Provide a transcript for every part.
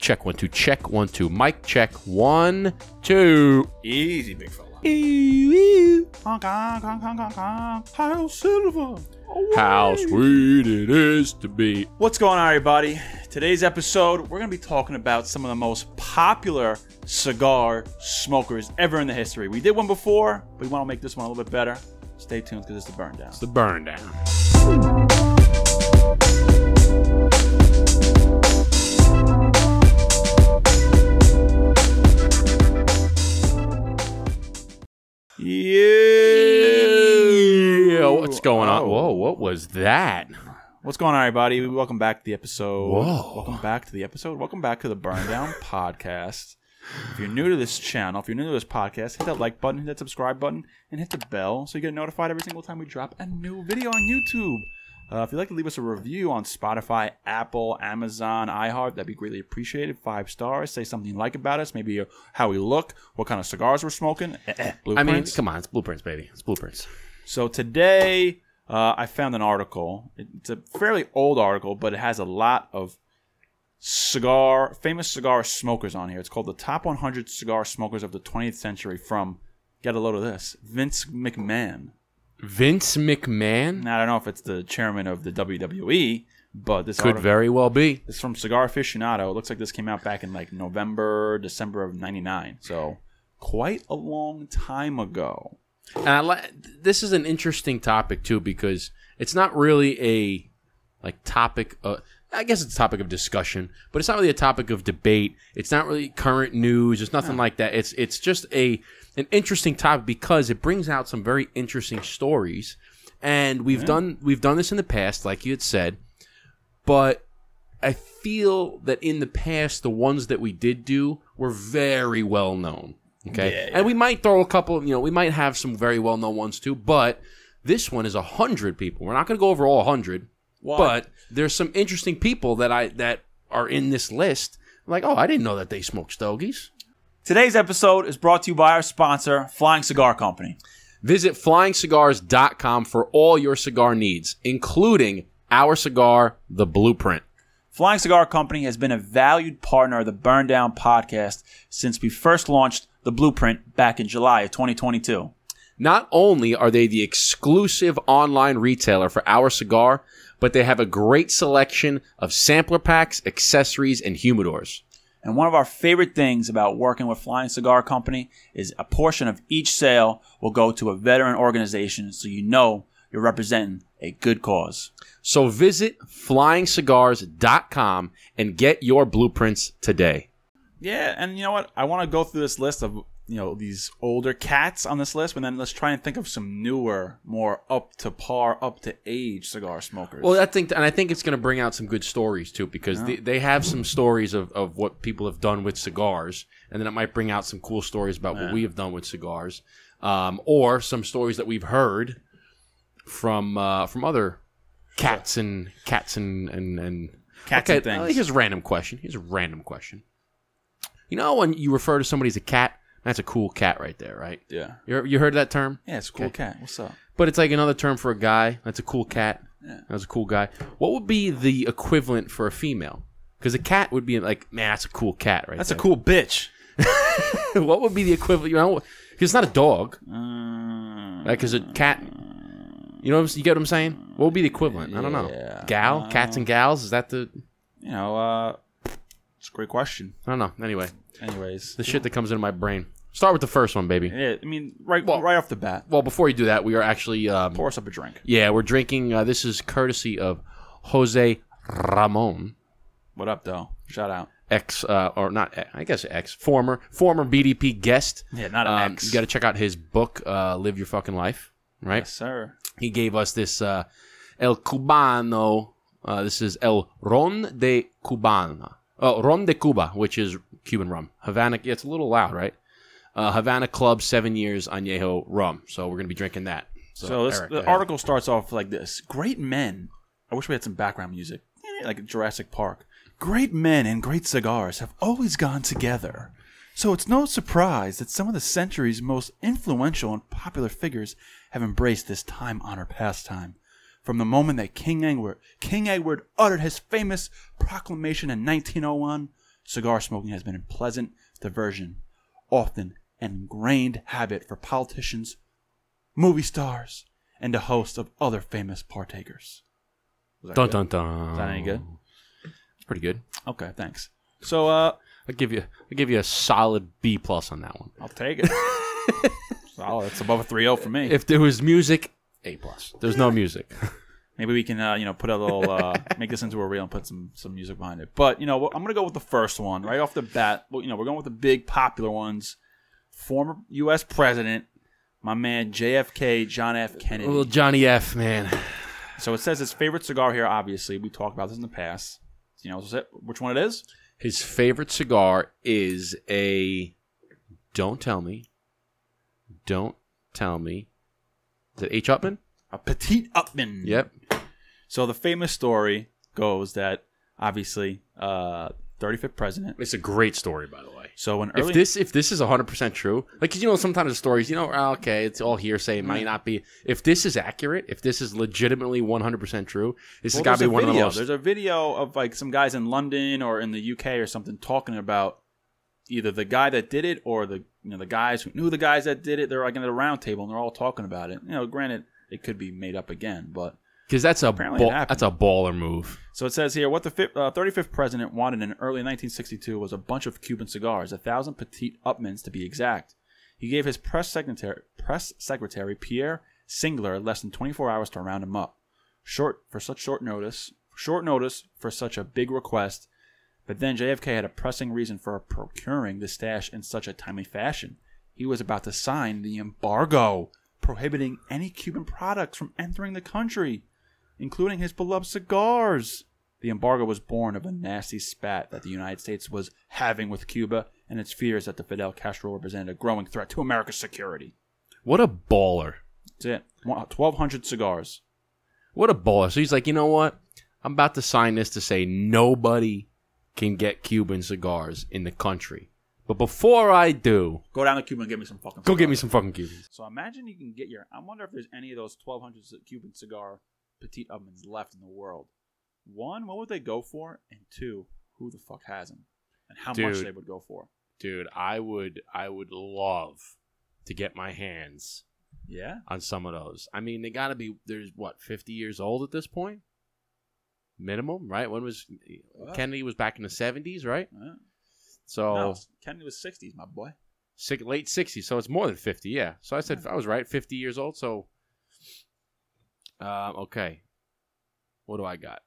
Check one, two. Check one, two. Mic check one, two. Easy, big fella. How sweet it is to be. What's going on, everybody? Today's episode, we're going to be talking about some of the most popular cigar smokers ever in the history. We did one before, but we want to make this one a little bit better. Stay tuned because it's the burn down. It's the burn down. Yeah. Yeah, what's going on? Oh. Whoa, what was that? What's going on, everybody? Welcome back to the episode. Whoa. Welcome back to the episode. Welcome back to the Burn Down Podcast. If you're new to this channel, if you're new to this podcast, hit that like button, hit that subscribe button, and hit the bell so you get notified every single time we drop a new video on YouTube. Uh, if you'd like to leave us a review on Spotify, Apple, Amazon, iHeart, that'd be greatly appreciated. Five stars. Say something you like about us, maybe uh, how we look, what kind of cigars we're smoking. Eh, eh, I mean, blueprints. come on, it's blueprints, baby. It's blueprints. So today, uh, I found an article. It's a fairly old article, but it has a lot of cigar famous cigar smokers on here. It's called the top 100 cigar smokers of the 20th century from get a load of this Vince McMahon. Vince McMahon Now I don't know if it's the chairman of the WWE, but this could article very well be. is from Cigar Aficionado. It looks like this came out back in like November, December of '99. So quite a long time ago. And I li- this is an interesting topic too because it's not really a like topic. Of, I guess it's a topic of discussion, but it's not really a topic of debate. It's not really current news. It's nothing like that. It's it's just a an interesting topic because it brings out some very interesting stories. And we've done we've done this in the past, like you had said, but I feel that in the past, the ones that we did do were very well known. Okay. Yeah, And we might throw a couple, you know, we might have some very well known ones too, but this one is 100 people. We're not going to go over all 100, Why? but there's some interesting people that I, that are in this list. Like, oh, I didn't know that they smoked stogies. Today's episode is brought to you by our sponsor, Flying Cigar Company. Visit flyingcigars.com for all your cigar needs, including our cigar, the blueprint. Flying Cigar Company has been a valued partner of the Burn Down podcast since we first launched the blueprint back in July of 2022. Not only are they the exclusive online retailer for our cigar, but they have a great selection of sampler packs, accessories, and humidors. And one of our favorite things about working with Flying Cigar Company is a portion of each sale will go to a veteran organization so you know you're representing a good cause. So visit flyingcigars.com and get your blueprints today. Yeah, and you know what? I want to go through this list of you know these older cats on this list, and then let's try and think of some newer, more up to par, up to age cigar smokers. Well, I think, and I think it's going to bring out some good stories too, because they, they have some stories of, of what people have done with cigars, and then it might bring out some cool stories about what we have done with cigars, um, or some stories that we've heard from uh, from other cats and cats and and, and Cats and things. uh, Here's a random question. Here's a random question. You know when you refer to somebody as a cat, that's a cool cat right there, right? yeah, You you heard that term? yeah, it's a cool Okay. cat. What's up? But it's like another term for a guy. That's a cool cat. Yeah. That was a cool guy. What would be the equivalent for a female? Because a cat would be like, man, that's a cool cat, right? That's a cool bitch. cool. what would be the equivalent? You know, 'cause it's not a dog. Mm, Because a cat. You know, what I'm, you get what I'm saying? What would be the equivalent? I don't know. Yeah. Gal, cats and gals. Is that the? you know, uh, it's a great question. I don't know. Anyway, Anyways, the shit that comes into my brain. Start with the first one, baby. yeah, I mean, right, Well- right off the bat, Well, before you do that, we are actually. Um, pour us up a drink. yeah, we're drinking. Uh, this is courtesy of Jose Ramon. What up, though? Shout out. ex uh, or not ex- I guess ex former former BDP guest. Yeah, not an Um, ex. you got to check out his book, uh, "Live Your Fucking Life." Right? Yes, sir. He gave us this uh, El Cubano. Uh, this is El Ron de Cubana. Oh, Ron de Cuba, which is Cuban rum. Havana. Yeah, it's a little loud, right? Uh, Havana Club, seven years añejo rum. So we're gonna be drinking that. So, So this, Eric, uh, go the ahead. article starts off like this: Great men. I wish we had some background music, Eh, like Jurassic Park. Great men and great cigars have always gone together. So it's no surprise that some of the century's most influential and popular figures have embraced this time-honored pastime. From the moment that King Edward, King Edward uttered his famous proclamation in 1901, cigar smoking has been a pleasant diversion, often an ingrained habit for politicians, movie stars, and a host of other famous partakers. Was that Dun good? dun dun. Is that any good? It's pretty good. Okay, thanks. So uh, I give you I give you a solid B plus on that one. I'll take it. oh, that's above a 3-0 for me. If there was music, A plus. There's no music. Maybe we can, uh, you know, put a little, uh, make this into a reel and put some some music behind it. But you know, I'm gonna go with the first one right off the bat. Well, you know, we're going with the big popular ones. Former U.S. President, my man JFK, John F. Kennedy. Little Johnny F, man. So it says his favorite cigar here. Obviously, we talked about this in the past. You know, is it- which one it is? His favorite cigar is a Don't Tell Me. Don't Tell Me. Is it H. Upman? A Petite Upman. Yep. So the famous story goes that obviously, uh, 35th president. It's a great story, by the way. So when If early this if this is hundred percent true, like 'cause you know sometimes the stories you know ah, okay it's all hearsay it might not be. If this is accurate, if this is legitimately one hundred percent true, this Well, has got to there's be a one video. of the most. There's a video of like some guys in London or in the UK or something talking about either the guy that did it or the you know the guys who knew the guys that did it. They're like at a round table and they're all talking about it. You know, granted it could be made up again, but Because that's a Apparently it ball, happened. that's a baller move. so it says here what the fif- uh, 35th president wanted in early 1962 was a bunch of Cuban cigars, a thousand petite upmans to be exact. He gave his press secretary, press secretary Pierre Singler less than 24 hours to round him up. Short for such short notice, short notice for such a big request. But then JFK had a pressing reason for procuring the stash in such a timely fashion. He was about to sign the embargo prohibiting any Cuban products from entering the country, including his beloved cigars. The embargo was born of a nasty spat that the United States was having with Cuba and its fears that the Fidel Castro represented a growing threat to America's security. What a baller! That's it. One- 1,200 cigars. What a baller! So he's like, you know what? I'm about to sign this to say nobody can get Cuban cigars in the country. But before I do, Go down to Cuba and get me some fucking go get cigars. me some fucking Cubans. So imagine you can get your. I wonder if there's any of those 1,200 c- Cuban cigar petite ovens left in the world. One, what would they go for? And two, who the fuck has them? And how much Dude. they would go for? Dude, I would I would love to get my hands Yeah. on some of those. I mean, they got to be there's what 50 years old at this point, minimum, right? When was Wow. Kennedy was back in the 70s, right? Huh? So No, Kennedy was 60s, my boy. six, late 60s, so it's more than 50, yeah. So I said I was right, 50 years old. So, um, okay, what do I got?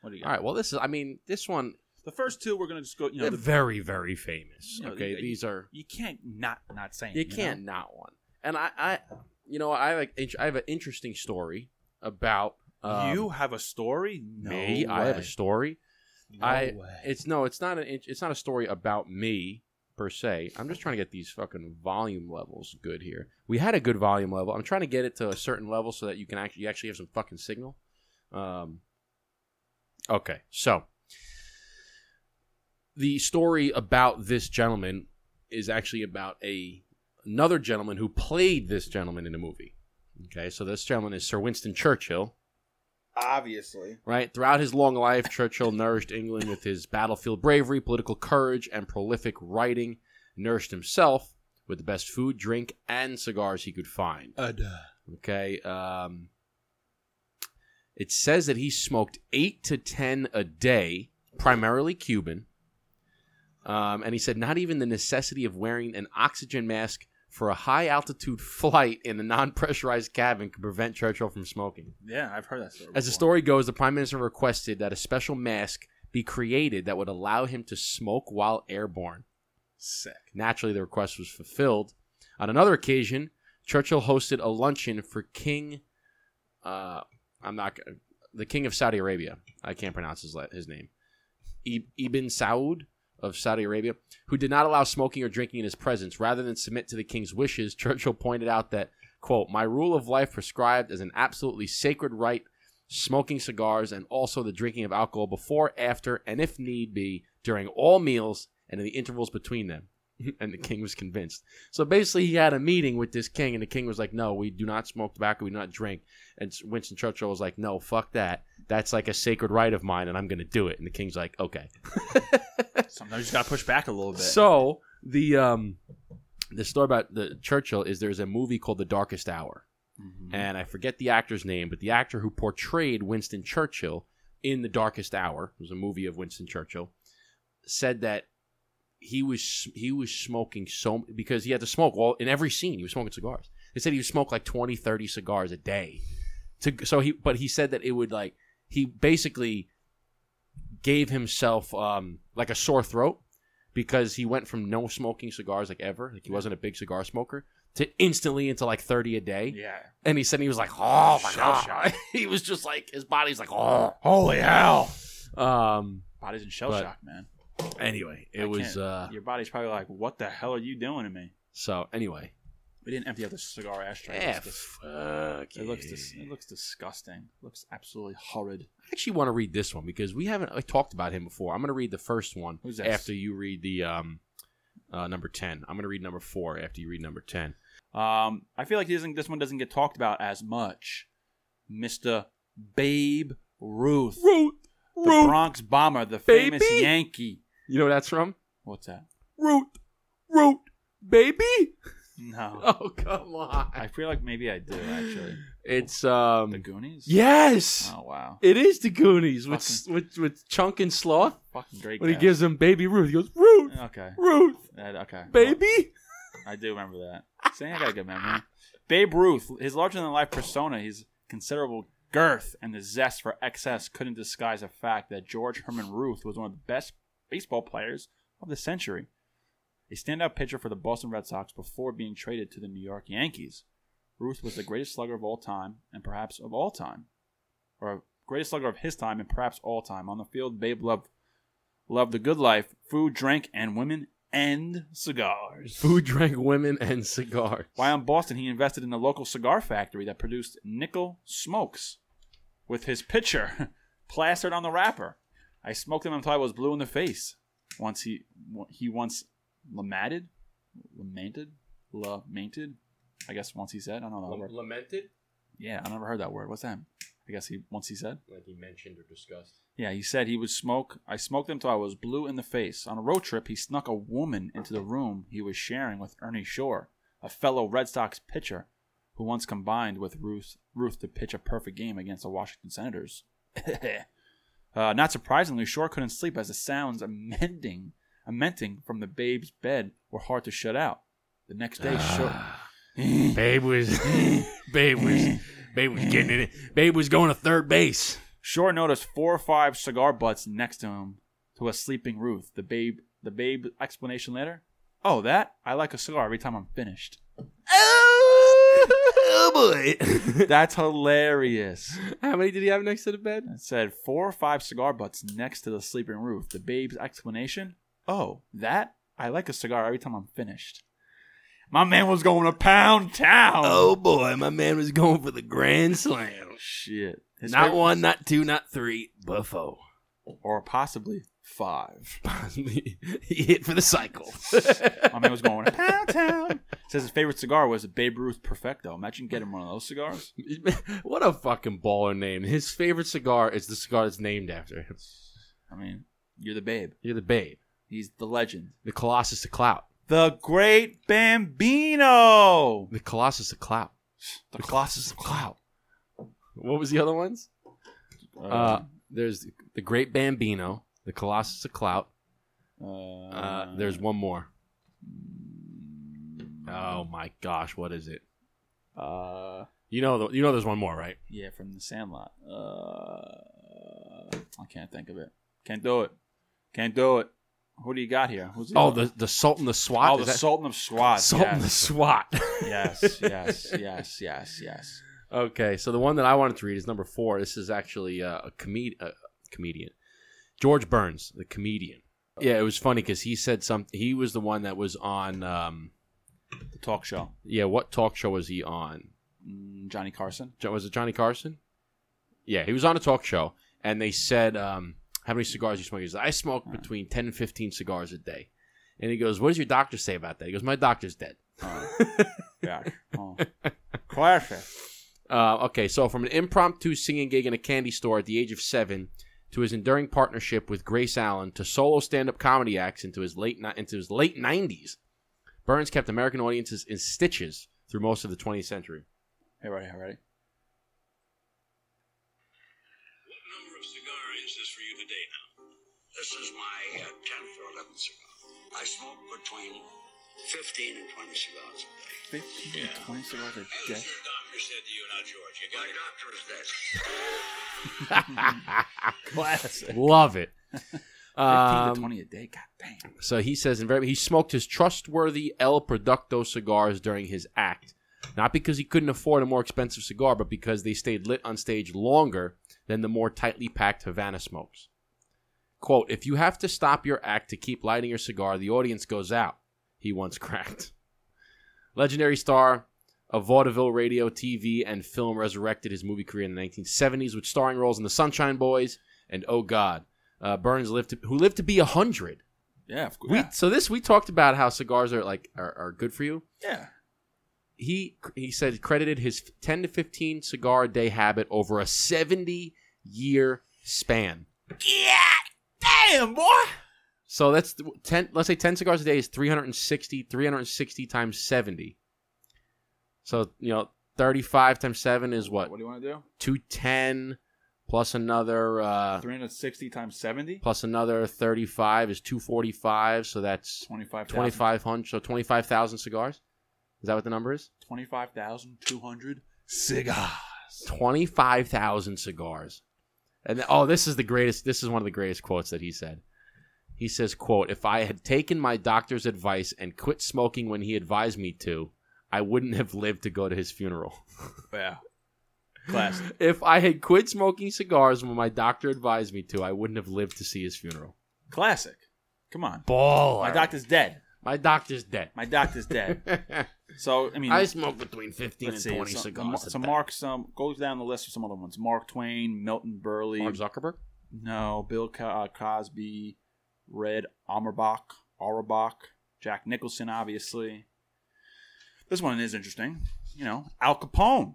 What do you got? All right, well this is I mean this one The first two, we're gonna just go. You know, they're the, very very famous. You know, okay, you- these are you can't not not saying. You, know? can't not one. And I, I, you know, I have a, int- I have an interesting story about um, you have a story? No me. I have a way. story. No I- way. It's no, it's not an, int- it's not a story about me per se. I'm just trying to get these fucking volume levels good here. We had a good volume level. I'm trying to get it to a certain level so that you can actually you actually have some fucking signal. Um, okay, so the story about this gentleman is actually about a another gentleman who played this gentleman in a movie. Okay, so this gentleman is Sir Winston Churchill Obviously. right? Throughout his long life, Churchill nourished England with his battlefield bravery, political courage, and prolific writing, nourished himself with the best food, drink, and cigars he could find. Uh, Okay. Um, it says that he smoked eight to ten a day, primarily Cuban. Um, and he said not even the necessity of wearing an oxygen mask for a high altitude flight in a non pressurized cabin could prevent Churchill from smoking. yeah, I've heard that story. As the before. story goes, the prime minister requested that a special mask be created that would allow him to smoke while airborne. sick. Naturally, the request was fulfilled. On another occasion, Churchill hosted a luncheon for King. Uh, I'm not gonna- the King of Saudi Arabia. I can't pronounce his la- his name. I- Ibn Saud of Saudi Arabia, who did not allow smoking or drinking in his presence. Rather than submit to the king's wishes, Churchill pointed out that quote My rule of life prescribed as an absolutely sacred right. Smoking cigars and also the drinking of alcohol before, after, and if need be, during all meals and in the intervals between them. and the king was convinced. So basically, he had a meeting with this king, and the king was like, "No, we do not smoke tobacco. We do not drink." And Winston Churchill was like, "No, fuck that. That's like a sacred right of mine, and I'm going to do it." And the king's like, "Okay." Sometimes you just gotta push back a little bit. So the um, the story about the Churchill is there's a movie called The Darkest Hour, Mhm. and I forget the actor's name, but the actor who portrayed Winston Churchill in The Darkest Hour, it was a movie of Winston Churchill, said that he was he was smoking so because he had to smoke all in every scene. He was smoking cigars. They said he would smoke like 20, 30 cigars a day. To so he but he said that it would like he basically gave himself um, like a sore throat because he went from no smoking cigars like ever, like he wasn't a big cigar smoker, to instantly into like thirty a day. yeah. And he said he was like, oh my Shell god. shock. he was just like his body's like, oh. Holy hell! Um. Body's in shell But- shock, man. Anyway, it I was can't- uh. Your body's probably like, "What the hell are you doing to me?" So anyway, We didn't empty out the cigar ashtray. yeah. It's dis- Fuck it looks yeah. dis- it looks disgusting. looks absolutely horrid. I actually want to read this one because we haven't I talked about him before. I'm going to read the first one Who's this? after you read the um, uh, number ten. I'm going to read number four after you read number ten. Um, I feel like he doesn't, this one doesn't get talked about as much. Mister Babe Ruth, Root, the Bronx Bomber, the famous Baby. Yankee. You know where that's from? What's that? Root, root, baby. No, Oh come on! I feel like maybe I do actually. It's um, The Goonies. yes. Oh wow. It is the Goonies with, with with Chunk and Sloth Fucking great. when he guess. gives him Baby Ruth. He goes Ruth, Okay. Ruth, That- okay. baby. I do remember that. See, I got a good memory. Babe Ruth, his larger than life persona, his considerable girth, and the zest for excess couldn't disguise the fact that George Herman Ruth was one of the best baseball players of the century. A standout pitcher for the Boston Red Sox before being traded to the New York Yankees. Ruth was the greatest slugger of all time, and perhaps of all time. Or greatest slugger of his time, and perhaps all time. On the field, Babe loved, loved the good life, food, drink, and women, and cigars. Food, drank women, and cigars. While in Boston, he invested in a local cigar factory that produced nickel smokes with his picture plastered on the wrapper. I smoked them until I was blue in the face. Once he he once lamented, lamented, lamented. I guess once he said, I don't know that word. Lamented, Yeah, I never heard that word. What's that? I guess he once he said. like he mentioned or discussed. Yeah, he said he would smoke. I smoked them till I was blue in the face. On a road trip, he snuck a woman into the room he was sharing with Ernie Shore, a fellow Red Sox pitcher who once combined with Ruth, Ruth to pitch a perfect game against the Washington Senators. uh, not surprisingly, Shore couldn't sleep as the sounds amending, amending from the babe's bed were hard to shut out. The next day, Shore. Ah. Babe was, Babe was, Babe was getting it. in. Babe was going to third base. Shore noticed four or five cigar butts next to him to a sleeping Ruth. The babe the babe explanation later? Oh that? I like a cigar every time I'm finished. Oh, boy! That's hilarious. How many did he have next to the bed? It said four or five cigar butts next to the sleeping Ruth. The babe's explanation? Oh, that? I like a cigar every time I'm finished. My man was going to pound town. Oh, boy, my man was going for the grand slam. shit. His Not favorite- one, not two, not three. Buffo. or possibly five. he hit for the cycle. My man was going to pound town. Says his favorite cigar was a Babe Ruth Perfecto. Imagine getting one of those cigars. what a fucking baller name. His favorite cigar is the cigar that's named after him. I mean, you're the babe. You're the babe. He's the legend. The Colossus the Clout. The great Bambino. The Colossus the Clout. The Colossus of Clout. What was the other ones? Uh, there's the Great Bambino, the Colossus the Clout. Uh, there's one more. Oh my gosh, what is it? mm, oh. Uh, You know, the, you know, there's one more, right? yeah, from the Sandlot. Uh, I can't think of it. Can't do it. Can't do it. Who do you got here? Who's Oh, the the Sultan the Swat. oh Is the that- Sultan of Swat. Sultan the yes. Swat. yes, yes, yes, yes, yes. Okay, so the one that I wanted to read is number four. This is actually uh, a comed- uh, comedian, George Burns, the comedian. Yeah, it was funny because he said something. He was the one that was on. Um, The talk show. yeah, what talk show was he on? Mm, Johnny Carson. Jo- Was it Johnny Carson? Yeah, he was on a talk show, and they said, um, "How many cigars you smoke?" He said, "I smoke between ten and fifteen cigars a day." And he goes, "What does your doctor say about that?" He goes, "My doctor's dead." Uh, Yeah. Oh. Classic. Uh, okay, so from an impromptu singing gig in a candy store at the age of seven to his enduring partnership with Grace Allen to solo stand-up comedy acts into his late ni- into his late nineties, Burns kept American audiences in stitches through most of the 20th century. Hey, ready, hey, ready. What number of cigar is this for you today now? This is my uh, 10th or 11th cigar. I smoke between 15 and 20 cigars a day. 15 to 20 cigars a day. Your doctor said to you, not George. You got my doctor is dead. Classic. Love it. 15 Um, to 20 a day. God damn. So he says, in very, he smoked his trustworthy El Producto cigars during his act, not because he couldn't afford a more expensive cigar, but because they stayed lit on stage longer than the more tightly packed Havana smokes. "Quote: If you have to stop your act to keep lighting your cigar, the audience goes out." He once cracked. Legendary star of vaudeville, radio, TV, and film, resurrected his movie career in the 1970s with starring roles in The Sunshine Boys and Oh God. Uh, Burns lived to, who lived to be a hundred. Yeah, of course. We so this we talked about how cigars are like are, are good for you. yeah. He he said credited his ten to fifteen cigar a day habit over a seventy year span. Damn, boy. So that's th- ten. Let's say ten cigars a day is 360. 360 times seventy. So you know thirty five times seven is what What do you want to do? two ten plus another uh, 360 times 70? plus another thirty five is two forty five. So that's 25,000. twenty five hundred. So twenty five thousand cigars. Is that what the number is? 25,200 cigars. 25,000 cigars. And th- oh, this is the greatest this is one of the greatest quotes that he said. He says, quote, "If I had taken my doctor's advice and quit smoking when he advised me to, I wouldn't have lived to go to his funeral. Yeah. Classic. if I had quit smoking cigars when my doctor advised me to, I wouldn't have lived to see his funeral." Classic. Come on. Baller. My doctor's dead. my doctor's dead. My doctor's dead. So, I mean, I smoke between 15 let's and see. 20 so, cigars. so a day. Mark some goes down the list of some other ones. Mark Twain, Milton Burley, Mark Zuckerberg? no, Bill Co- uh, Cosby, Red Auerbach, Auerbach, Jack Nicholson, obviously. This one is interesting. You know, Al Capone,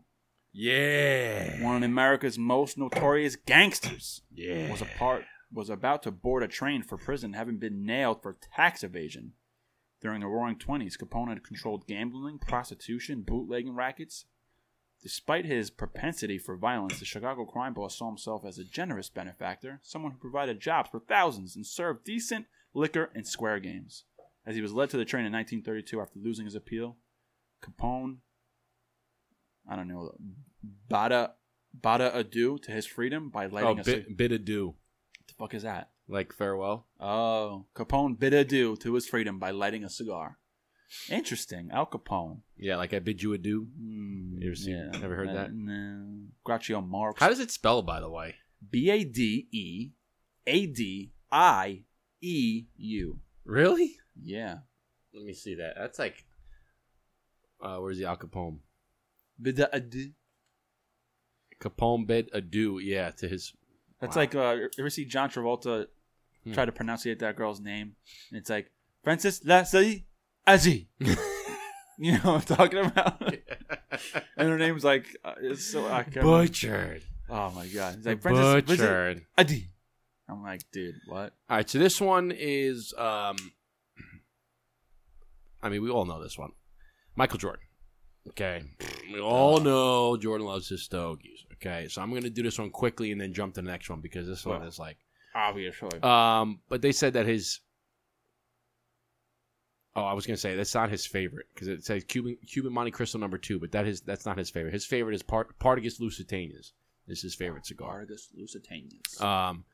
Yeah. one of America's most notorious gangsters, Yeah. was a part was about to board a train for prison, having been nailed for tax evasion. During the Roaring Twenties, Capone had controlled gambling, prostitution, bootlegging rackets. Despite his propensity for violence, the Chicago crime boss saw himself as a generous benefactor, someone who provided jobs for thousands and served decent liquor and square games. As he was led to the train in 1932 after losing his appeal, Capone, I don't know, bada bada adieu to his freedom by Oh, lighting a cig- bit, bit ado. the fuck is that? Like farewell. Oh, Capone bid adieu to his freedom by lighting a cigar. Interesting, Al Capone. Yeah, like I bid you adieu. Mm, You ever seen- ever heard that? Uh, No. Groucho Marx. How does it spell, by the way? B a d e a d i e u? Really? Yeah, Let me see that. That's like, uh, where's the Al Capone? bid adieu. Capone bid adieu, yeah, to his. That's Wow. like uh, you ever see John Travolta Hmm. try to pronunciate that girl's name, and it's like Francis Lassie Azzy. you know what I'm talking about? and her name's like uh, it's so I can't remember. Butchered. Oh my god. He's like Francis Butcher. Butchered. Adi. I'm like, dude, what? All right, so this one is. um I mean, we all know this one. Michael Jordan. Okay. We all know Jordan loves his stogies. Okay, so I'm going to do this one quickly and then jump to the next one because this one Well. is like. Obviously. Um, but they said that his. Oh, I was gonna say that's not his favorite because it says Cuban Cuban Monte Cristo number two, but that is that's not his favorite. His favorite is Part Partagas Lusitanus. Is his favorite cigar. Gargus Lusitanius. Um,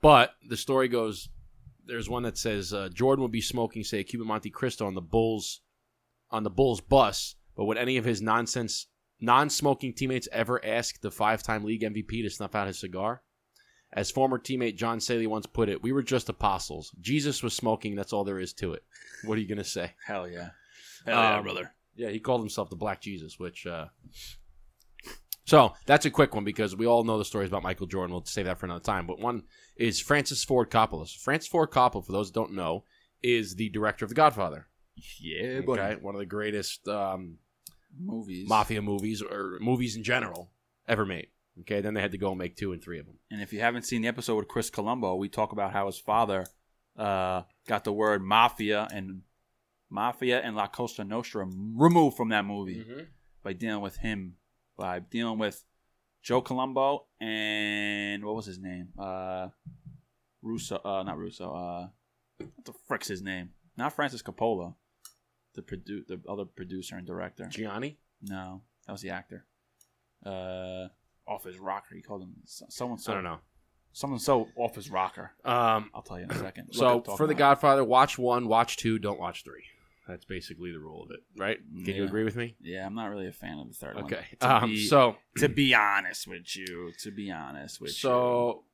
but the story goes, there's one that says uh, Jordan would be smoking, say, a Cuban Monte Cristo on the Bulls, on the Bulls bus. But would any of his nonsense, non-smoking teammates ever ask the five-time league MVP to snuff out his cigar? As former teammate John Saley once put it, "We were just apostles. Jesus was smoking. That's all there is to it." What are you gonna say? Hell yeah. Um, Yeah, he called himself the Black Jesus, which. Uh, so that's a quick one because we all know the stories about Michael Jordan. We'll save that for another time. But one is Francis Ford Coppola. So Francis Ford Coppola, for those who don't know, is the director of The Godfather. Yeah, buddy. Okay, one of the greatest um, Movies. mafia movies or movies in general ever made. Okay, then they had to go and make two and three of them. And if you haven't seen the episode with Chris Colombo, we talk about how his father uh, got the word mafia and mafia and La Costa Nostra removed from that Mm-hmm. movie by dealing with him, by dealing with Joe Colombo and what was his name? Uh, Russo, uh, not Russo. Uh, what the frick's his name? Not Francis Coppola, the produ- the other producer and director. Gianni, No, that was the actor. Uh, off his rocker, he called him so- someone. So I don't know. Someone so off his rocker. Um, I'll tell you in a second. Look so up Talking for the About Godfather, watch one, watch two, don't watch three. That's basically the rule of it, right? Can you Yeah. agree with me? It. Yeah, I'm not really a fan of the third one. Okay. To, Um, be, so to be honest with you, to be honest with you. So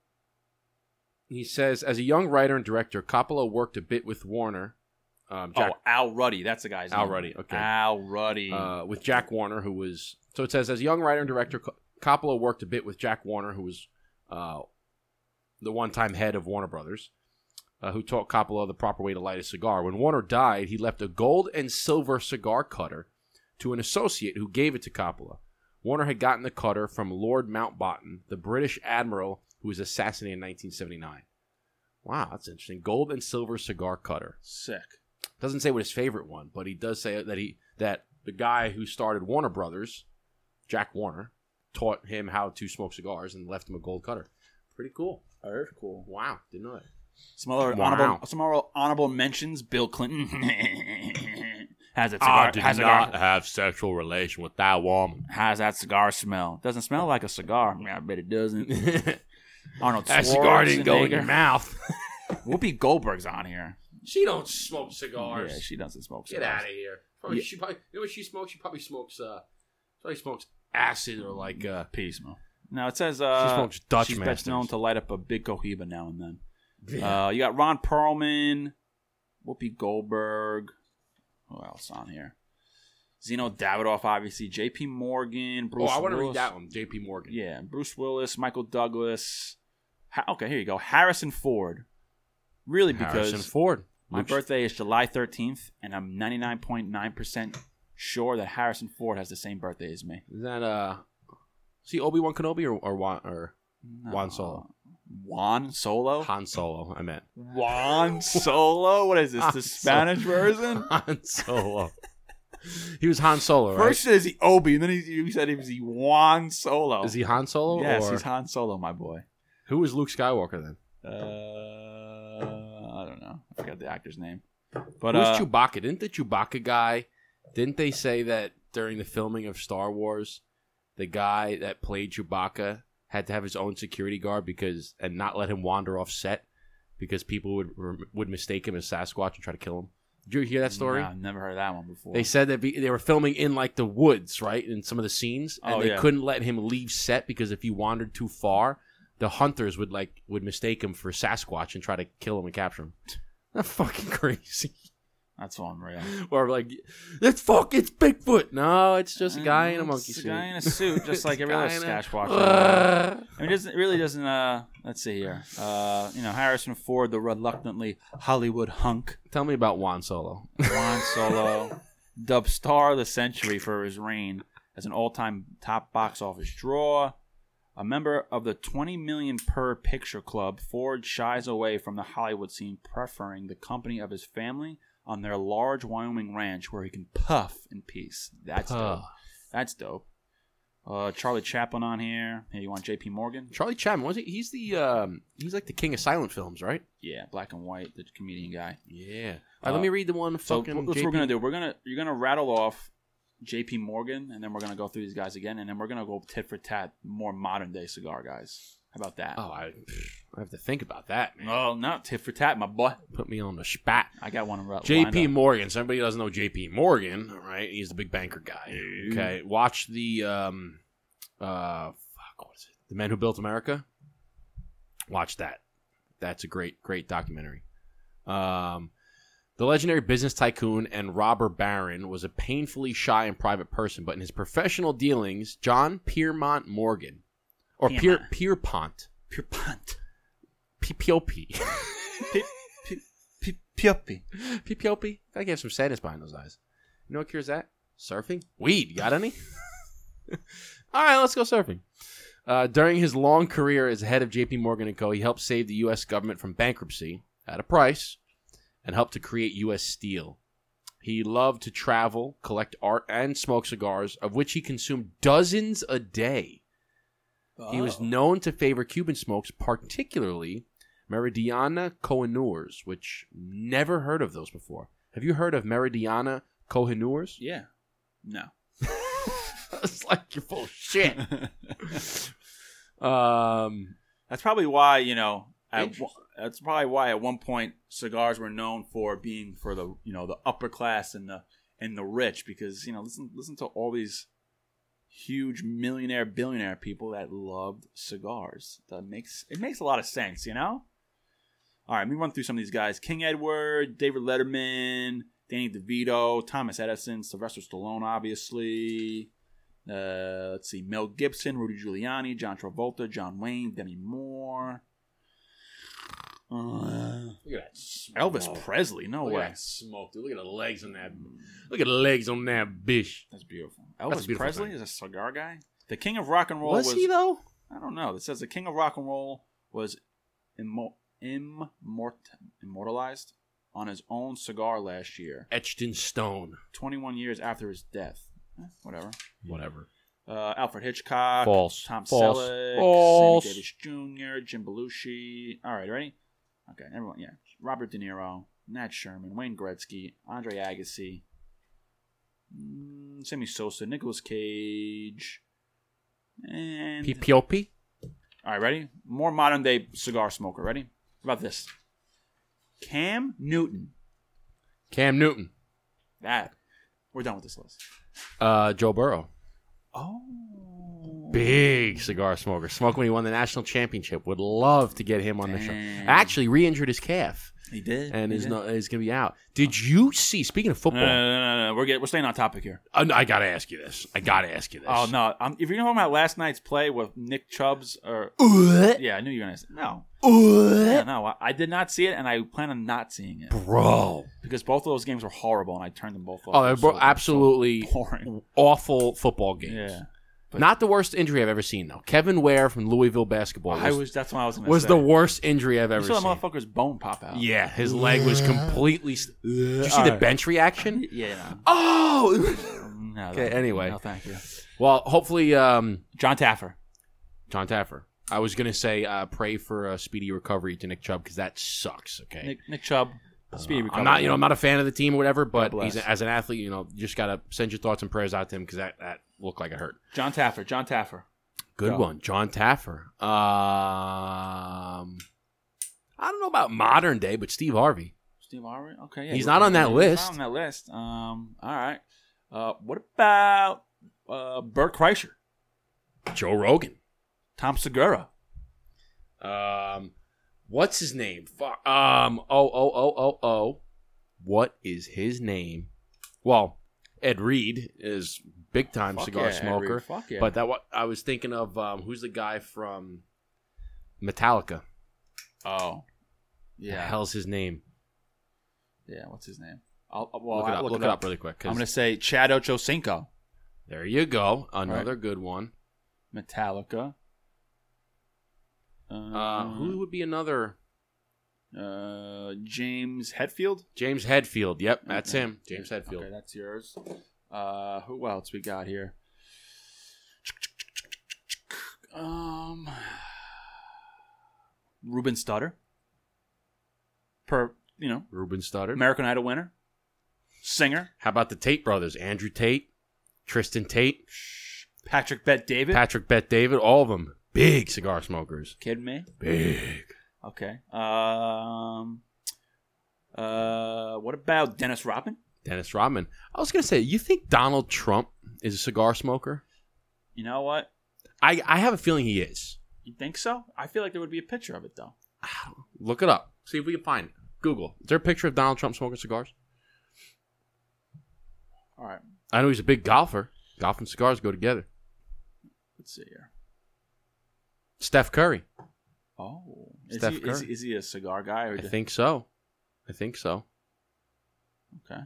he says, as a young writer and director, Coppola worked a bit with Warner, um, Jack, oh, Al Ruddy, that's the guy's Al name. Ruddy, okay. Al Ruddy. uh, with Jack Warner, who was. So it says, as a young writer and director, Co- Coppola worked a bit with Jack Warner, who was uh, the one-time head of Warner Brothers, uh, who taught Coppola the proper way to light a cigar. When Warner died, he left a gold and silver cigar cutter to an associate who gave it to Coppola. Warner had gotten the cutter from Lord Mountbatten, the British admiral who was assassinated in 1979. Wow, that's interesting. Gold and silver cigar cutter. Sick. Doesn't say what his favorite one, but he does say that he that the guy who started Warner Brothers, Jack Warner, taught him how to smoke cigars and left him a gold cutter. Pretty cool. Earth cool. Wow, didn't know that. Some other Wow. honorable, some other honorable mentions. Bill Clinton has a cigar. has a cigar- have sexual relation with that woman. How's that cigar smell? Doesn't smell like a cigar. I bet it doesn't. that Arnold cigar didn't go in your Schwarzenegger. mouth. Whoopi Goldberg's on here. she don't smoke cigars. Yeah, she doesn't smoke Get cigars. out of here. Probably, Yeah. She probably, you know what she smokes? She probably smokes. Uh, probably smokes acid or like. Uh, Peace, Mo. Now it says uh, She smokes Dutch she's Masters. best known to light up a big cohiba now and then. yeah. Uh, you got Ron Perlman, Whoopi Goldberg. Who else on here? Zeno Davidoff, obviously. J.P. Morgan. oh, Bruce I want to read Willis. that one. J.P. Morgan. Yeah, Bruce Willis, Michael Douglas. Ha- okay, here you go. Harrison Ford. Really, because Harrison Ford. my birthday is July 13th, and I'm 99.9% sure that Harrison Ford has the same birthday as me. Is that uh? See Obi Wan Kenobi or or, Wan, or Juan No. Solo. Juan Solo? Han Solo? I meant Juan Solo? What is this? Han The Spanish Solo. version? Han Solo. he was Han Solo, right? First is he Obi, and then he, you said he was he Juan Solo. Is he Han Solo? yes, or he's Han Solo, my boy. who was Luke Skywalker then? Uh, I don't know. I forgot the actor's name. But Who uh, was Chewbacca? Didn't the Chewbacca guy? Didn't they say that during the filming of Star Wars, the guy that played Chewbacca had to have his own security guard because and not let him wander off set because people would would mistake him as Sasquatch and try to kill him. Did you hear that story? Nah, I've never heard of that one before. They said that be, they were filming in like the woods, right, in some of the scenes, and Oh, they yeah. couldn't let him leave set because if he wandered too far, the hunters would like would mistake him for Sasquatch and try to kill him and capture him. That's fucking crazy. That's unreal. or like, that's fuck, it's Bigfoot. No, it's just a guy in a Mm, monkey it's suit. a guy in a suit, just It's like a every other guy in a- Sasquatch. I mean, it doesn't it really doesn't. Uh, let's see here. Uh, you know, Harrison Ford, the reluctantly Hollywood hunk, Tell me about Juan Solo. Juan Solo, dubbed star of the century for his reign as an all-time top box office draw. A member of the 20 million per picture club, Ford shies away from the Hollywood scene, preferring the company of his family on their large Wyoming ranch where he can puff in peace. That's dope. Puff. That's dope. Uh, Charlie Chaplin on here. Hey, you want J.P. Morgan? Charlie Chaplin was he? He's the um, he's like the king of silent films, right? Yeah, black and white, the comedian guy. Yeah. Uh, All right, let me read the one. So Fucking wh- that's what JP. we're gonna do. We're gonna you're gonna rattle off J.P. Morgan, and then we're gonna go through these guys again, and then we're gonna go tit for tat, more modern day cigar guys. How about that? Oh, I, I have to think about that. Man. No, not tit for tat, my boy. Put me on the spot. I got one. ru- JP lined up. Morgan. Somebody doesn't know JP Morgan, all right? He's the big banker guy. Okay. Watch the um uh fuck what is it? The Men Who Built America. Watch that. That's a great great documentary. Um the legendary business tycoon and robber baron was a painfully shy and private person, but in his professional dealings, John Piermont Morgan or Pier, Piermont. Pierpont, Pure punt. P- POP. P- p- p- Puppy. PPOP. Gotta have some sadness behind those eyes. You know what cures that? Surfing? Weed. You got any? All right, let's go surfing. Uh, during his long career as head of JP Morgan & Co., he helped save the U.S. government from bankruptcy at a price and helped to create U.S. Steel. He loved to travel, collect art, and smoke cigars, of which he consumed dozens a day. He was Oh. known to favor Cuban smokes, particularly Meridiana Kohinoors, which never heard of those before. Have you heard of Meridiana Kohinoors? Yeah. No. it's like you're full of shit. Um, that's probably why you know. At, Interesting. one- that's probably why at one point cigars were known for being for the you know the upper class and the and the rich because you know listen listen to all these huge millionaire billionaire people that loved cigars. That makes it makes a lot of sense, you know. All right, let me run through some of these guys: King Edward, David Letterman, Danny DeVito, Thomas Edison, Sylvester Stallone, obviously. Uh, let's see, Mel Gibson, Rudy Giuliani, John Travolta, John Wayne, Demi Moore. Uh, look at that smoke. Elvis Presley, no Look at way. that smoke, dude. Look at the legs on that. Look at the legs on that bitch. That's beautiful. That's Elvis a beautiful Presley thing. is a cigar guy. The king of rock and roll was, Was he though? I don't know. It says the king of rock and roll was immo- immort- immortalized on his own cigar last year, Etched in stone. 21 years after his death. Eh, whatever. Whatever. Uh, Alfred Hitchcock, False. Tom False. Selleck, False. Sammy Davis Jr., Jim Belushi. All right, ready? Okay, everyone. Yeah, Robert De Niro, Nat Sherman, Wayne Gretzky, Andre Agassi, mm, Sammy Sosa, Nicolas Cage, and PPOP. all right, ready? More modern day cigar smoker. Ready? What about this? Cam Newton. Cam Newton. That. We're done with this list. Uh, Joe Burrow. Oh. Big cigar smoker. Smoked when he won the national championship. Would love to get him on the show. Damn. Actually, re-injured his calf He did. and he is did. not is going to be out. Did you see? Speaking of No, football, no, no, no, no. We're get, we're staying on topic here. I, I gotta ask you this. I gotta ask you this. Oh no! Um, if you're talking about last night's play with Nick Chubb's, or yeah, I knew you were gonna say no. Yeah, no, I, I did not see it, and I plan on not seeing it bro! because both of those games were horrible, and I turned them both off. Oh, they're It was so- bro- absolutely so boring. awful football games. Yeah, but- Not the worst injury I've ever seen though. Kevin Ware from Louisville basketball was, I was. That's what I was gonna was say. the worst injury I've You ever saw that seen. motherfucker's bone pop out. Yeah, his leg was completely. St- Did you see the Alright. bench reaction? yeah. Oh. No, no, Okay, no, anyway. no, thank you, well, hopefully, um, John Taffer. John Taffer. I was gonna say uh, pray for a speedy recovery to Nick Chubb because that sucks. Okay. Nick, Nick Chubb, speedy Uh, recovery. I'm not, you know, I'm not a fan of the team or whatever, but God bless. he's, as an athlete, you know, you just gotta send your thoughts and prayers out to him because that, that looked like it hurt. John Taffer. John Taffer. Good Go. one, John Taffer. Um, I don't know about modern day, but Steve Harvey. Steve Harvey. Okay, yeah, He's he- not on that he's list. Not on that list. Um, all right. Uh, what about uh Bert Kreischer, Joe Rogan. Tom Segura? Um, what's his name? Fuck. Um, oh, oh, oh, oh, oh. What is his name? Well, Ed Reed is big time Fuck cigar yeah, smoker. Henry, Fuck yeah. But that what I was thinking of. Um, who's the guy from Metallica? oh, The yeah, hell's his name? yeah. What's his name? I'll, I'll- well, look it I'll up. Look, it up really quick. 'cause I'm gonna say Chad Ochocinco, there you go. Another good one. Metallica. Uh, Uh, who would be another? uh, James Hetfield. James Headfield. Yep, that's Okay. him. James Headfield. Mm-hmm. Okay, that's yours. Uh, who else we got here? Um, Ruben Stutter. Per you know, Ruben Studdard. American Idol winner, singer How about the Tate brothers? Andrew Tate, Tristan Tate, Patrick Bet David. Patrick Bet David. All of them big cigar smokers. Kidding me? Big. Okay. Um. Uh, what about Dennis Rodman? Dennis Rodman. I was gonna say, you think Donald Trump is a cigar smoker? You know what? I I have a feeling he is. You think so? I feel like there would be a picture of it though. Look it up. See if we can find it. Google. Is there a picture of Donald Trump smoking cigars? All right. I know he's a big golfer. Golf and cigars go together. Let's see here. Steph Curry. Oh, is Steph he, Oh, is, Curry. is he a cigar guy? Or I did- think so. I think so. Okay.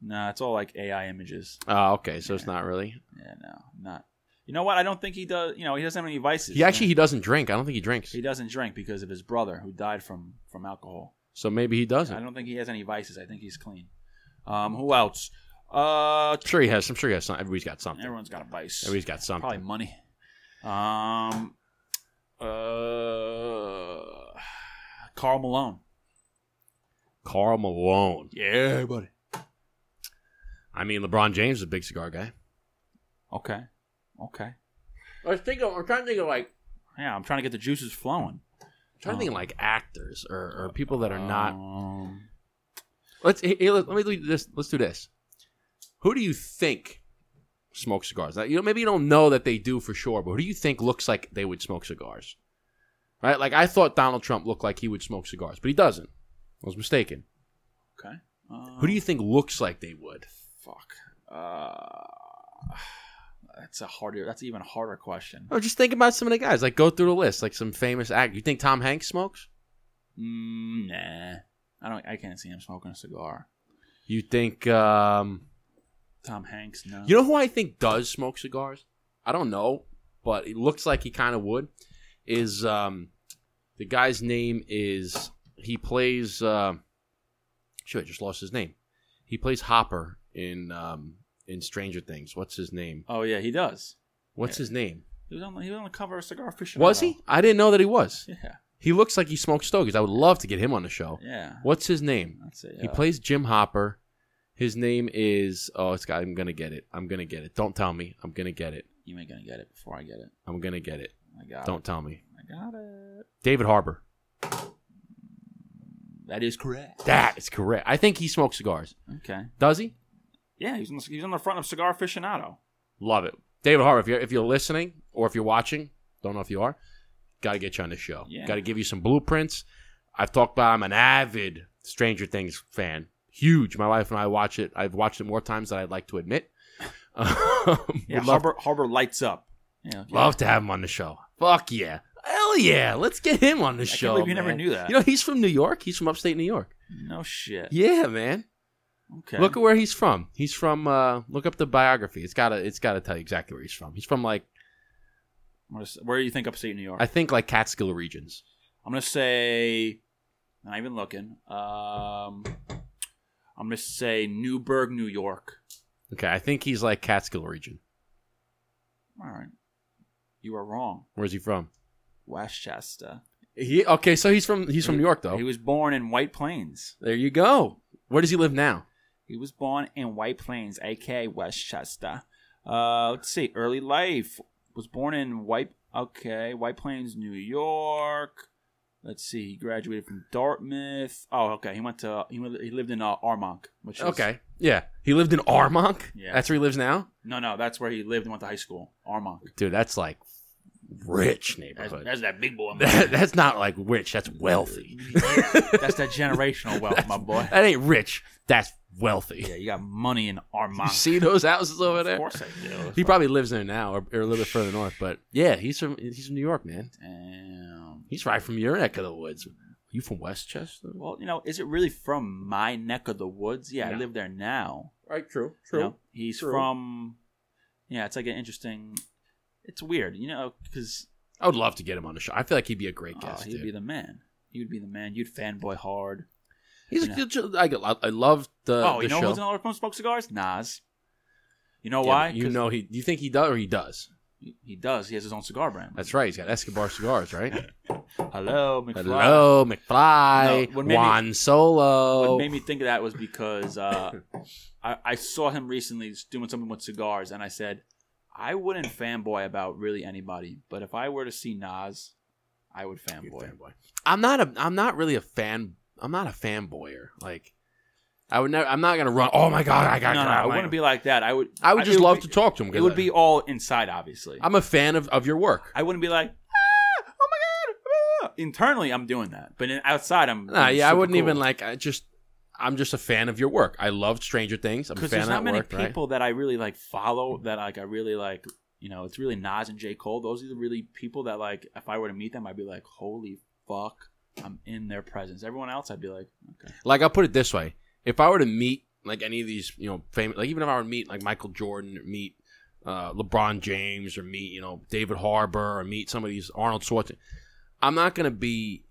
Nah, it's all like AI images. Ah, okay. So it's not really. Yeah, no, not. You know what? I don't think he does. You know, he doesn't have any vices. He actually he doesn't drink. I don't think he drinks. he doesn't drink because of his brother who died from from alcohol. So maybe he I doesn't. don't think he has any vices. I think he's clean. Um, who else? Uh, I'm sure he has. I'm sure he has. Some, everybody's got something. everyone's got a vice. Everybody's got Probably something. money. Um, uh, Carl Malone. Carl Malone. Yeah, buddy. I mean, LeBron James is a big cigar guy. Okay, okay. I was thinking. I'm trying to think of like. Yeah, I'm trying to get the juices flowing. I'm trying to think of like actors or, or people that are not. Um, Let's hey, hey, let, let me do this. Let's do this. Who do you think smokes cigars? Now, you know, maybe you don't know that they do for sure, but who do you think looks like they would smoke cigars? Right? Like I thought Donald Trump looked like he would smoke cigars, but he doesn't. I was mistaken. okay. Um, Who do you think looks like they would? Fuck. Uh, that's a harder. That's an even harder question. Oh, just think about some of the guys. Like go through the list, like some famous act. You think Tom Hanks smokes? Mm, nah, I don't. I can't see him smoking a cigar. You think um Tom Hanks. No. You know who I think does smoke cigars? I don't know, but it looks like he kind of would. Is um, the guy's name is he plays? Uh, shoot, I just lost his name. He plays Hopper in um, in Stranger Things. What's his name? oh yeah, he does. What's his name? He was on. He was on the cover of Cigar Fish. Was he? I didn't know that he was. Yeah. He looks like he smokes stogies. I would love to get him on the show. Yeah. What's his name? That's it. He plays Jim Hopper. His name is oh, it's got. I'm gonna get it. I'm gonna get it. Don't tell me. I'm gonna get it. You ain't gonna get it before I get it. I'm gonna get it. I got Don't tell me. it. I got it. David Harbor. That is correct. That is correct. I think he smokes cigars. Okay. Does he? Yeah, he's on the, he's on the front of Cigar Aficionado. Love it. David Harbor, if you're, if you're listening or if you're watching, don't know if you are, got to get you on the show. Yeah. Got to give you some blueprints. I've talked about I'm an avid Stranger Things fan. Huge. My wife and I watch it. I've watched it more times than I'd like to admit. Um, Yeah, would love, Harbor Harbor lights up. Yeah. love to have him on the show. Fuck yeah. Hell yeah. Let's get him on the can't show. believe you never man. knew that. You know, he's from New York. He's from upstate New York. No shit. Yeah, man. Okay. Look at where he's from. He's from. Uh, look up the biography. It's gotta. It's gotta tell you exactly where he's from. He's from like Where's- Where do you think upstate New York? I think like Catskill regions. I'm gonna say, not even looking. Um, I'm gonna say Newburgh, New York. Okay, I think he's like Catskill region. All right, you are wrong. Where's he from? Westchester. He okay. So he's from. He's from New York though. He was born in White Plains. there you go. Where does he live now? He was born in White Plains, aka Westchester. Uh, let's see, early life was born in White. Okay, White Plains, New York. Let's see, he graduated from Dartmouth. Oh, okay, he went to he, went, he lived in uh, Armonk, which is Okay. Yeah, he lived in Armonk. Yeah. that's where he lives now. No, no, that's where he lived and went to high school. Armonk. Dude, that's like rich That's, neighborhood. that's that big boy. money. That- that's not like rich. That's wealthy. that's that generational wealth, my boy. That ain't rich. That's wealthy. Yeah, you got money in You Armand. see those houses over of there? course I do. He probably lives there now, or, or a little bit further north. But yeah, he's from he's from New York, man. Damn. He's right from your neck of the woods. You from Westchester? Well, you know, is it really from my neck of the woods? Yeah, I No. live there now. Right, true, you know? he's true. from. Yeah, it's like an interesting. It's weird, you know, because I would love to get him on the show. I feel like he'd be a great guest. Oh, he'd dude. be the man. He would be the man. You'd fanboy hard. he's yeah. a good. I, get- I love the. oh, Uh, the you know show. who's another from Smoke Cigars? Nas. You know Yeah, why? You 'Cause know he. You think he does or he does? he- he does. He has his own cigar brand. That's right. He's got Escobar cigars, right? Hello, McFly. Hello, McFly, No, what made me- Juan Solo. What made me think of that was because uh, I, I saw him recently doing something with cigars, and I said, I wouldn't fanboy about really anybody, but if I were to see Nas, I would You're fanboy. a fanboy. I'm not a. I'm not really a fan. I'm not a fanboyer. Like, I would never. I'm not gonna run. Oh my god! I No, got. no, I wouldn't be like that. I would. I would just it love be- to talk to him. It 'cause would I- be all inside, obviously. I'm, I'm a fan of, of your work. I would not be like, ah, oh my god. ah." Internally, I'm doing that, but in, outside, I'm. Nah, I'm yeah, I super wouldn't cool. even like. I just, I'm just a fan of your work. I loved Stranger Things. I'm a because fan there's of not that many work. right? people that I really like follow that like I really like. You know, it's really Nas and J Cole. Those are the really people that like if I were to meet them, I'd be like, holy fuck, I'm in their presence. Everyone else, I'd be like, okay. Like I'll put it this way: if I were to meet like any of these, you know, famous, like even if I were to meet like Michael Jordan or meet uh, LeBron James or meet you know David Harbor or meet some of these Arnold Schwarzenegger, I'm not gonna be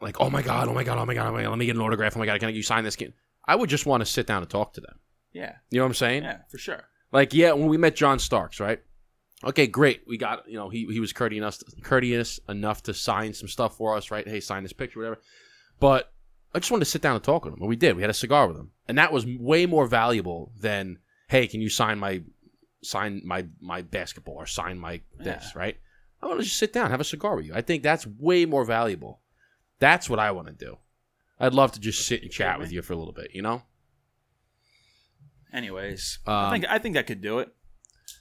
like, oh my god, oh my god, oh my god, oh my god, let me get an autograph. Oh my god, can you sign this? Can-? I would just want to sit down and talk to them. Yeah, You know what I'm saying? yeah, for sure. Like, yeah, when we met John Starks, right? Okay, great. We got you know he he was courteous courteous enough to sign some stuff for us, right? Hey, sign this picture, whatever. But I just wanted to sit down and talk with him, and we did. We had a cigar with him, and that was way more valuable than hey, can you sign my sign my my basketball or sign my this, right? I want to just sit down, have a cigar with you. I think that's way more valuable. That's what I want to do. I'd love to just sit and chat with you for a little bit, you know. Anyways, Um, I think I think I could do it.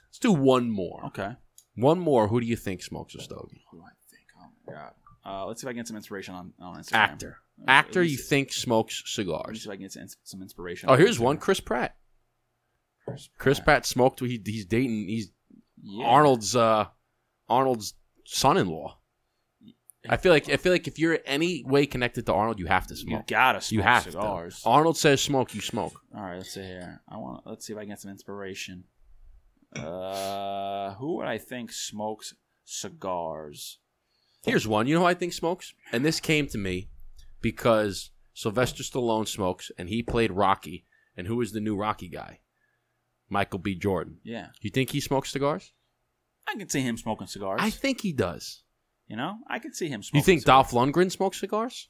Let's do one more. Okay. One more. Who do you think smokes a stogie? Who do I think? Oh my god. Uh, let's see if I can get some inspiration on, on Instagram. Actor. Okay, Actor let me you see- think smokes Let me see cigars? if I can get some, ins- some inspiration. Oh, on here's Instagram. one. Chris Pratt. Chris, Chris Pratt smoked. He, he's dating. He's Yeah. Arnold's. Uh, Arnold's son-in-law. I feel like I feel like if you're any way connected to Arnold, you have to You smoke. gotta smoke You have cigars. to. Arnold says smoke. You smoke. All right, let's see here. I want. Let's see if I can get some inspiration. Uh, who would I think smokes cigars? Here's one. You know who I think smokes? And this came to me because Sylvester Stallone smokes, and he played Rocky. And who is the new Rocky guy? Michael B. Jordan. Yeah, You think he smokes cigars? I can see him smoking cigars. I think he does. you know, I can see him smoking. You think Dolph cigars. Lundgren smokes cigars?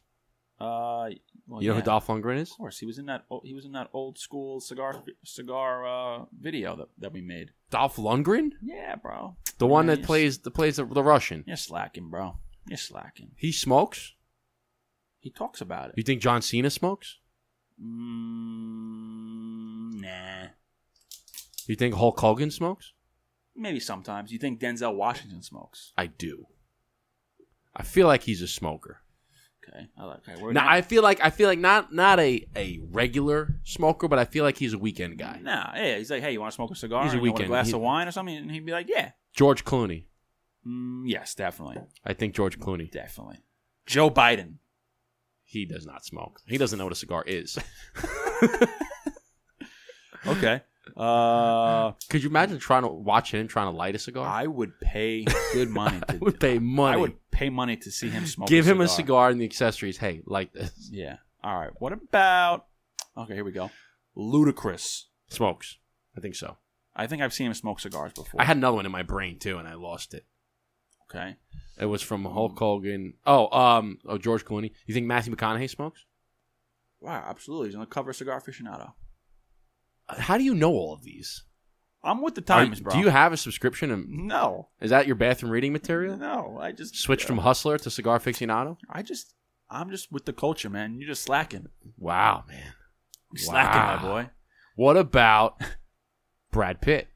Uh, well, you know yeah, who Dolph Lundgren is? Of course, he was in that. o- He was in that old school cigar cigar uh, video that, that we made. Dolph Lundgren, Yeah, bro. the one that Nice. plays the plays the, the Russian. You're slacking, bro. You're slacking. He smokes. He talks about it. You think John Cena smokes? Mm, nah. You think Hulk Hogan smokes? Maybe sometimes. You think Denzel Washington smokes? I do. I feel like he's a smoker. Okay. I like. Okay, we're Now, not- I feel like I feel like not not a, a regular smoker, but I feel like he's a weekend guy. Nah, yeah. He's like, hey, you want to smoke a cigar? He's a You want weekend. A glass He- of wine or something? And he'd be like, yeah. George Clooney. Mm, yes, definitely, I think George Clooney. definitely. Joe Biden. He does not smoke. He doesn't know what a cigar is. Okay. Uh, Could you imagine trying to watch him trying to light a cigar? I would pay good money. To, I would pay money. I would pay money to see him smoke. Give him a cigar and the accessories. Hey, like this. Yeah. All right. What about? Okay, here we go. Ludicrous. Smokes. I think so. I think I've seen him smoke cigars before. I had another one in my brain too, and I lost it. okay. It was from Hulk Hogan. Oh, um, oh George Clooney. You think Matthew McConaughey smokes? Wow, absolutely. He's on the cover of Cigar Aficionado. How do you know all of these? I'm with the times, Are- bro. Do you have a subscription? And No, is that your bathroom reading material? no. I just Switch from Hustler to Cigar Aficionado. I just. I'm just with the culture, man. You're just slacking. Wow, man. You're Slacking, Wow. my boy. What about Brad Pitt?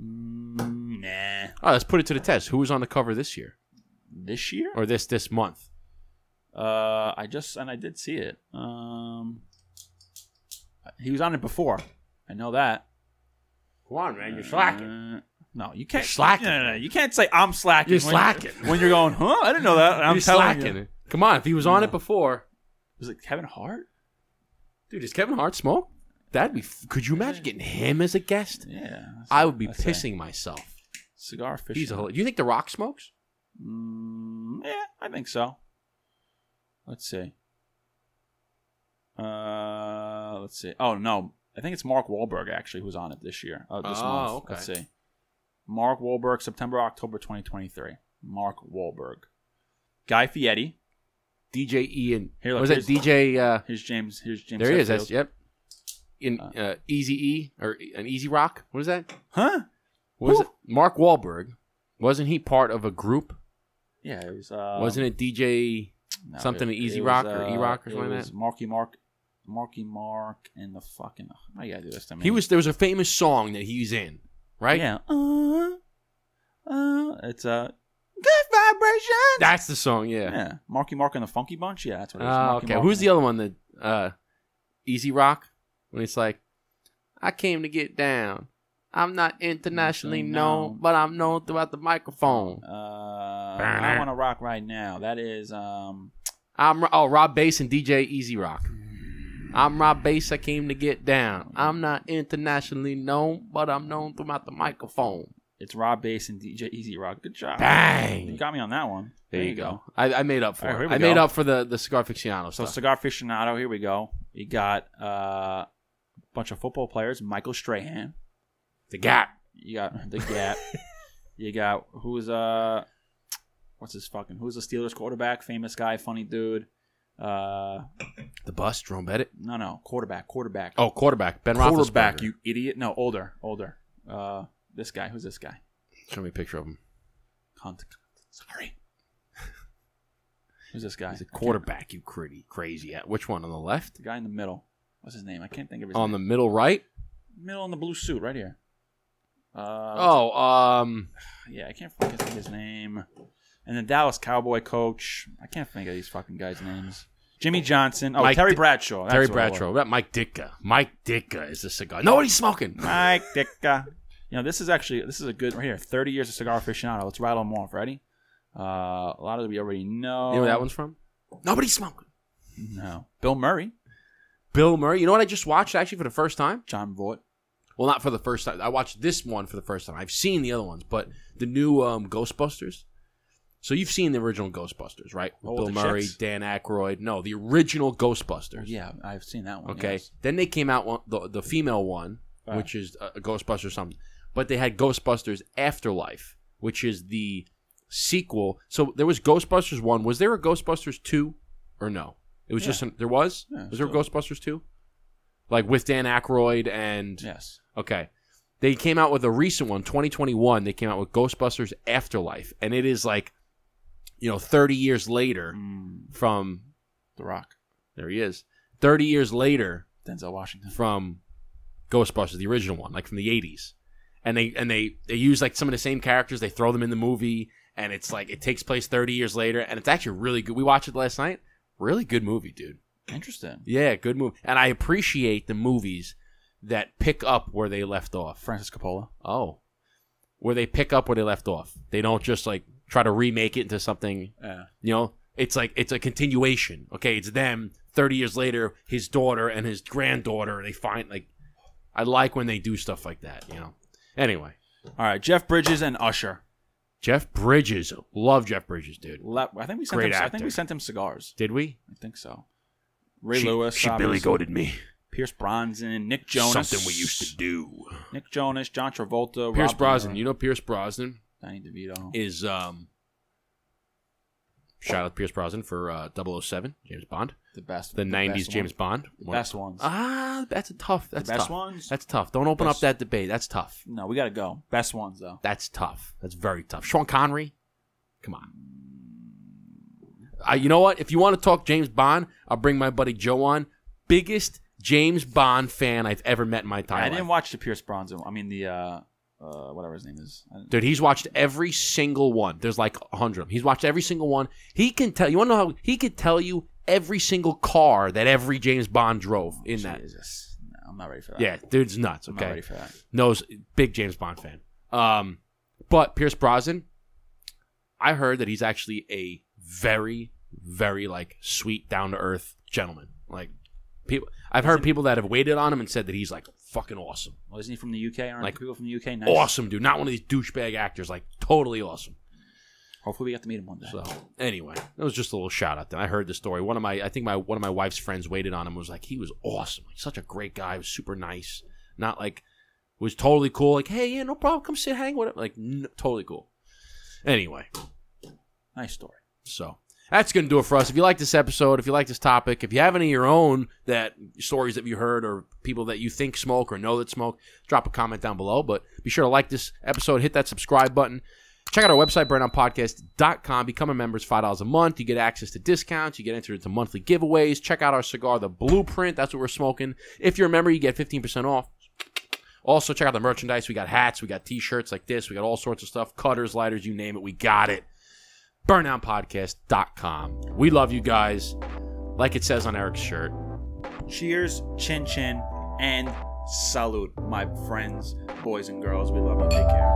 Mm, nah. Oh, let's put it to the test. Who was on the cover this year This year? or this this month? Uh, I just and I did see it. Um, he was on it before. I know that. Come on, man, Uh, no, you can't. You're slacking. No, no, no, you can't say I'm slacking. You're when- slacking. when you're going. Huh? I didn't know that. And I'm You're telling slacking. you. Come on, if he was on it before, Was it Kevin Hart? dude, is Kevin Hart smoke? That'd be. F- could you imagine getting him as a guest? Yeah. I would be That's pissing myself. Cigar fish. He's a hell- You think The Rock smokes? Mm, yeah, I think so. Let's see. Uh, let's see. Oh no, I think it's Mark Wahlberg actually who's on it this year. Uh, this Oh, month. okay. Let's see. Mark Wahlberg, September, October, 2023. Mark Wahlberg, Guy Fieri. DJ Ian. Here, Here, look, E was that here's- DJ? Uh, Here's James. Here's James. there he is. That's, Hetfield. yep. In Uh, uh, Easy E or an Easy Rock. What is that? Huh? What is Whew. it? Mark Wahlberg. Wasn't he part of a group? Yeah, it was. Uh, Wasn't it E? DJ? no, something in Easy was, uh, Rock or E-Rock or it something like was that? Marky Mark, Marky Mark, and the fucking. oh, I gotta do this to me. He was. There was a famous song that he's in, right? Yeah. Uh, uh, it's a good vibration. That's the song. Yeah. Yeah. Marky Mark and the Funky Bunch. Yeah, that's what it is. Ah, Marky okay. Mark Who's and- the other one that uh, Easy Rock? When it's like, I came to get down. I'm not internationally known, known. but I'm known throughout the microphone. Uh, I want to rock right now. That is um, I'm oh Rob Bass and DJ Easy Rock. I'm Rob Bass. I came to get down. I'm not internationally known, but I'm known throughout the microphone. It's Rob Bass and DJ Easy Rock. Good job. You Bang! got me on that one. There you go. I, I made up for All right, here it. we I made go. up for the the Cigar Ficciano So stuff. cigar aficionado. Here we go. You got uh, a bunch of football players. Michael Strahan. the Gap. You got the gap. you got who's uh, what's his fucking? Who's the Steelers quarterback? Famous guy, funny dude. Uh, The bus, Jerome Bettis. no, no, quarterback, quarterback. Oh, quarterback. Ben quarterback, Roethlisberger. you idiot. No, older, older. Uh, this guy. Who's this guy? Show me a picture of him. Cunt. Sorry. Who's this guy? He's a quarterback, you crazy, crazy. at- Which one? On the left? The guy in the middle. What's his name? I can't think of his On name. the middle right? middle in the blue suit, right here. Uh, Oh, um, yeah, I can't fucking think of his name. And the Dallas Cowboy coach. I can't think of these fucking guys' names. Jimmy Johnson. Oh, Mike Terry Di- Bradshaw. That's Terry what it was. Bradshaw. That Mike Ditka. Mike Ditka is the cigar. Nobody's smoking. Mike Ditka. You know, this is actually this is a good right here. Thirty years of cigar aficionado. Let's rattle them off. Ready? Uh, a lot of it we already know. You know where that one's from? Nobody's smoking. No. Bill Murray, Bill Murray. You know what I just watched actually for the first time? John Voight. Well, not for the first time. I watched this one for the first time. I've seen the other ones, but the new um, Ghostbusters. So you've seen the original Ghostbusters, right? With Oh, Bill the Murray, chicks? Dan Aykroyd. No, the original Ghostbusters. Yeah, I've seen that one. Okay. yes. Uh. Then they came out one, the the female one, Right. which is a, a Ghostbusters something. But they had Ghostbusters Afterlife, which is the sequel. So there was Ghostbusters one. Was there a Ghostbusters two or no? It was just an, there was. Yeah, was there a still. Ghostbusters two? Like with Dan Aykroyd and Yes. okay. They came out with a recent one, 2021. They came out with Ghostbusters Afterlife, and it is like, you know, 30 years later Mm, from the Rock, there he is. 30 years later Denzel Washington. from Ghostbusters, the original one, like from the '80s, and they and they they use like some of the same characters. They throw them in the movie, and it's like it takes place 30 years later, and it's actually really good. We watched it last night. Really good movie, dude. Interesting. Yeah, good movie. And I appreciate the movies that pick up where they left off. Francis Coppola. Oh, where they pick up where they left off. They don't just like try to remake it into something Yeah. you know, it's like it's a continuation. Okay, it's them thirty years later, his daughter and his granddaughter. They find like, I like when they do stuff like that. You know. Anyway, All right, Jeff Bridges and Usher. Jeff Bridges, love Jeff Bridges, dude. Le- I think we sent Great him. I think actor. we sent him cigars. Did we? I think so. Ray she, Lewis, She obviously. Billy goaded me. Pierce Bronson, Nick Jonas. Something we used to do. Nick Jonas, John Travolta, Pierce Rob Brosnan. De Niro, You know, Pierce Brosnan Danny DeVito. is um. Shout out Pierce Brosnan for uh, 007, James Bond, the best. the, best 90s one. James Bond. The best ones. Ah, that's a tough. the That's best tough. ones. That's tough. Don't open Best- up that debate. That's tough. no, we gotta go. Best ones though. That's tough. That's very tough. Sean Connery, come on. Uh, you know what? If you want to talk James Bond, I'll bring my buddy Joe on. Biggest James Bond fan I've ever met in my time. I didn't life. watch the Pierce Bronson. I mean the uh, uh, whatever his name is. I didn't- Dude, he's watched every single one. There's like a hundred of them. He's watched every single one. He can tell. You want to know how he could tell you every single car that every James Bond drove in that. Jesus. No, I'm not ready for that. Yeah, dude's nuts. I'm Okay, not ready for that. knows big James Bond fan. Um, but Pierce Brosnan, I heard that he's actually a very, very like sweet, down to earth gentleman. Like people, I've heard people that have waited on him and said that he's like fucking awesome, Well, isn't he from the UK? Aren't Like, people from the UK? Nice. awesome dude. Not one of these douchebag actors. Like totally awesome. Hopefully, we get to meet him one day. So anyway, that was just a little shout out. Then I heard the story. One of my, I think my one of my wife's friends waited on him. and Was like he was awesome, like, such a great guy. was super nice. Not like was totally cool. Like hey, yeah, no problem. Come sit, hang with him. Like n- totally cool. Anyway, nice story. so that's gonna do it for us. If you like this episode, if you like this topic, if you have any of your own that stories that you heard or people that you think smoke or know that smoke, drop a comment down below. But be sure to like this episode, hit that subscribe button. Check out our website, burnoutpodcast.com. Become a member. It's $5 a month. You get access to discounts. You get entered into monthly giveaways. Check out our cigar, The Blueprint. That's what we're smoking. If you're a member, you get 15% off. Also, check out the merchandise. We got hats. We got t-shirts like this. We got all sorts of stuff. Cutters, lighters, you name it. We got it. Burnoutpodcast.com. We love you guys. Like it says on Eric's shirt. Cheers, chin chin, and salute, my friends, boys and girls. We love you. Take care.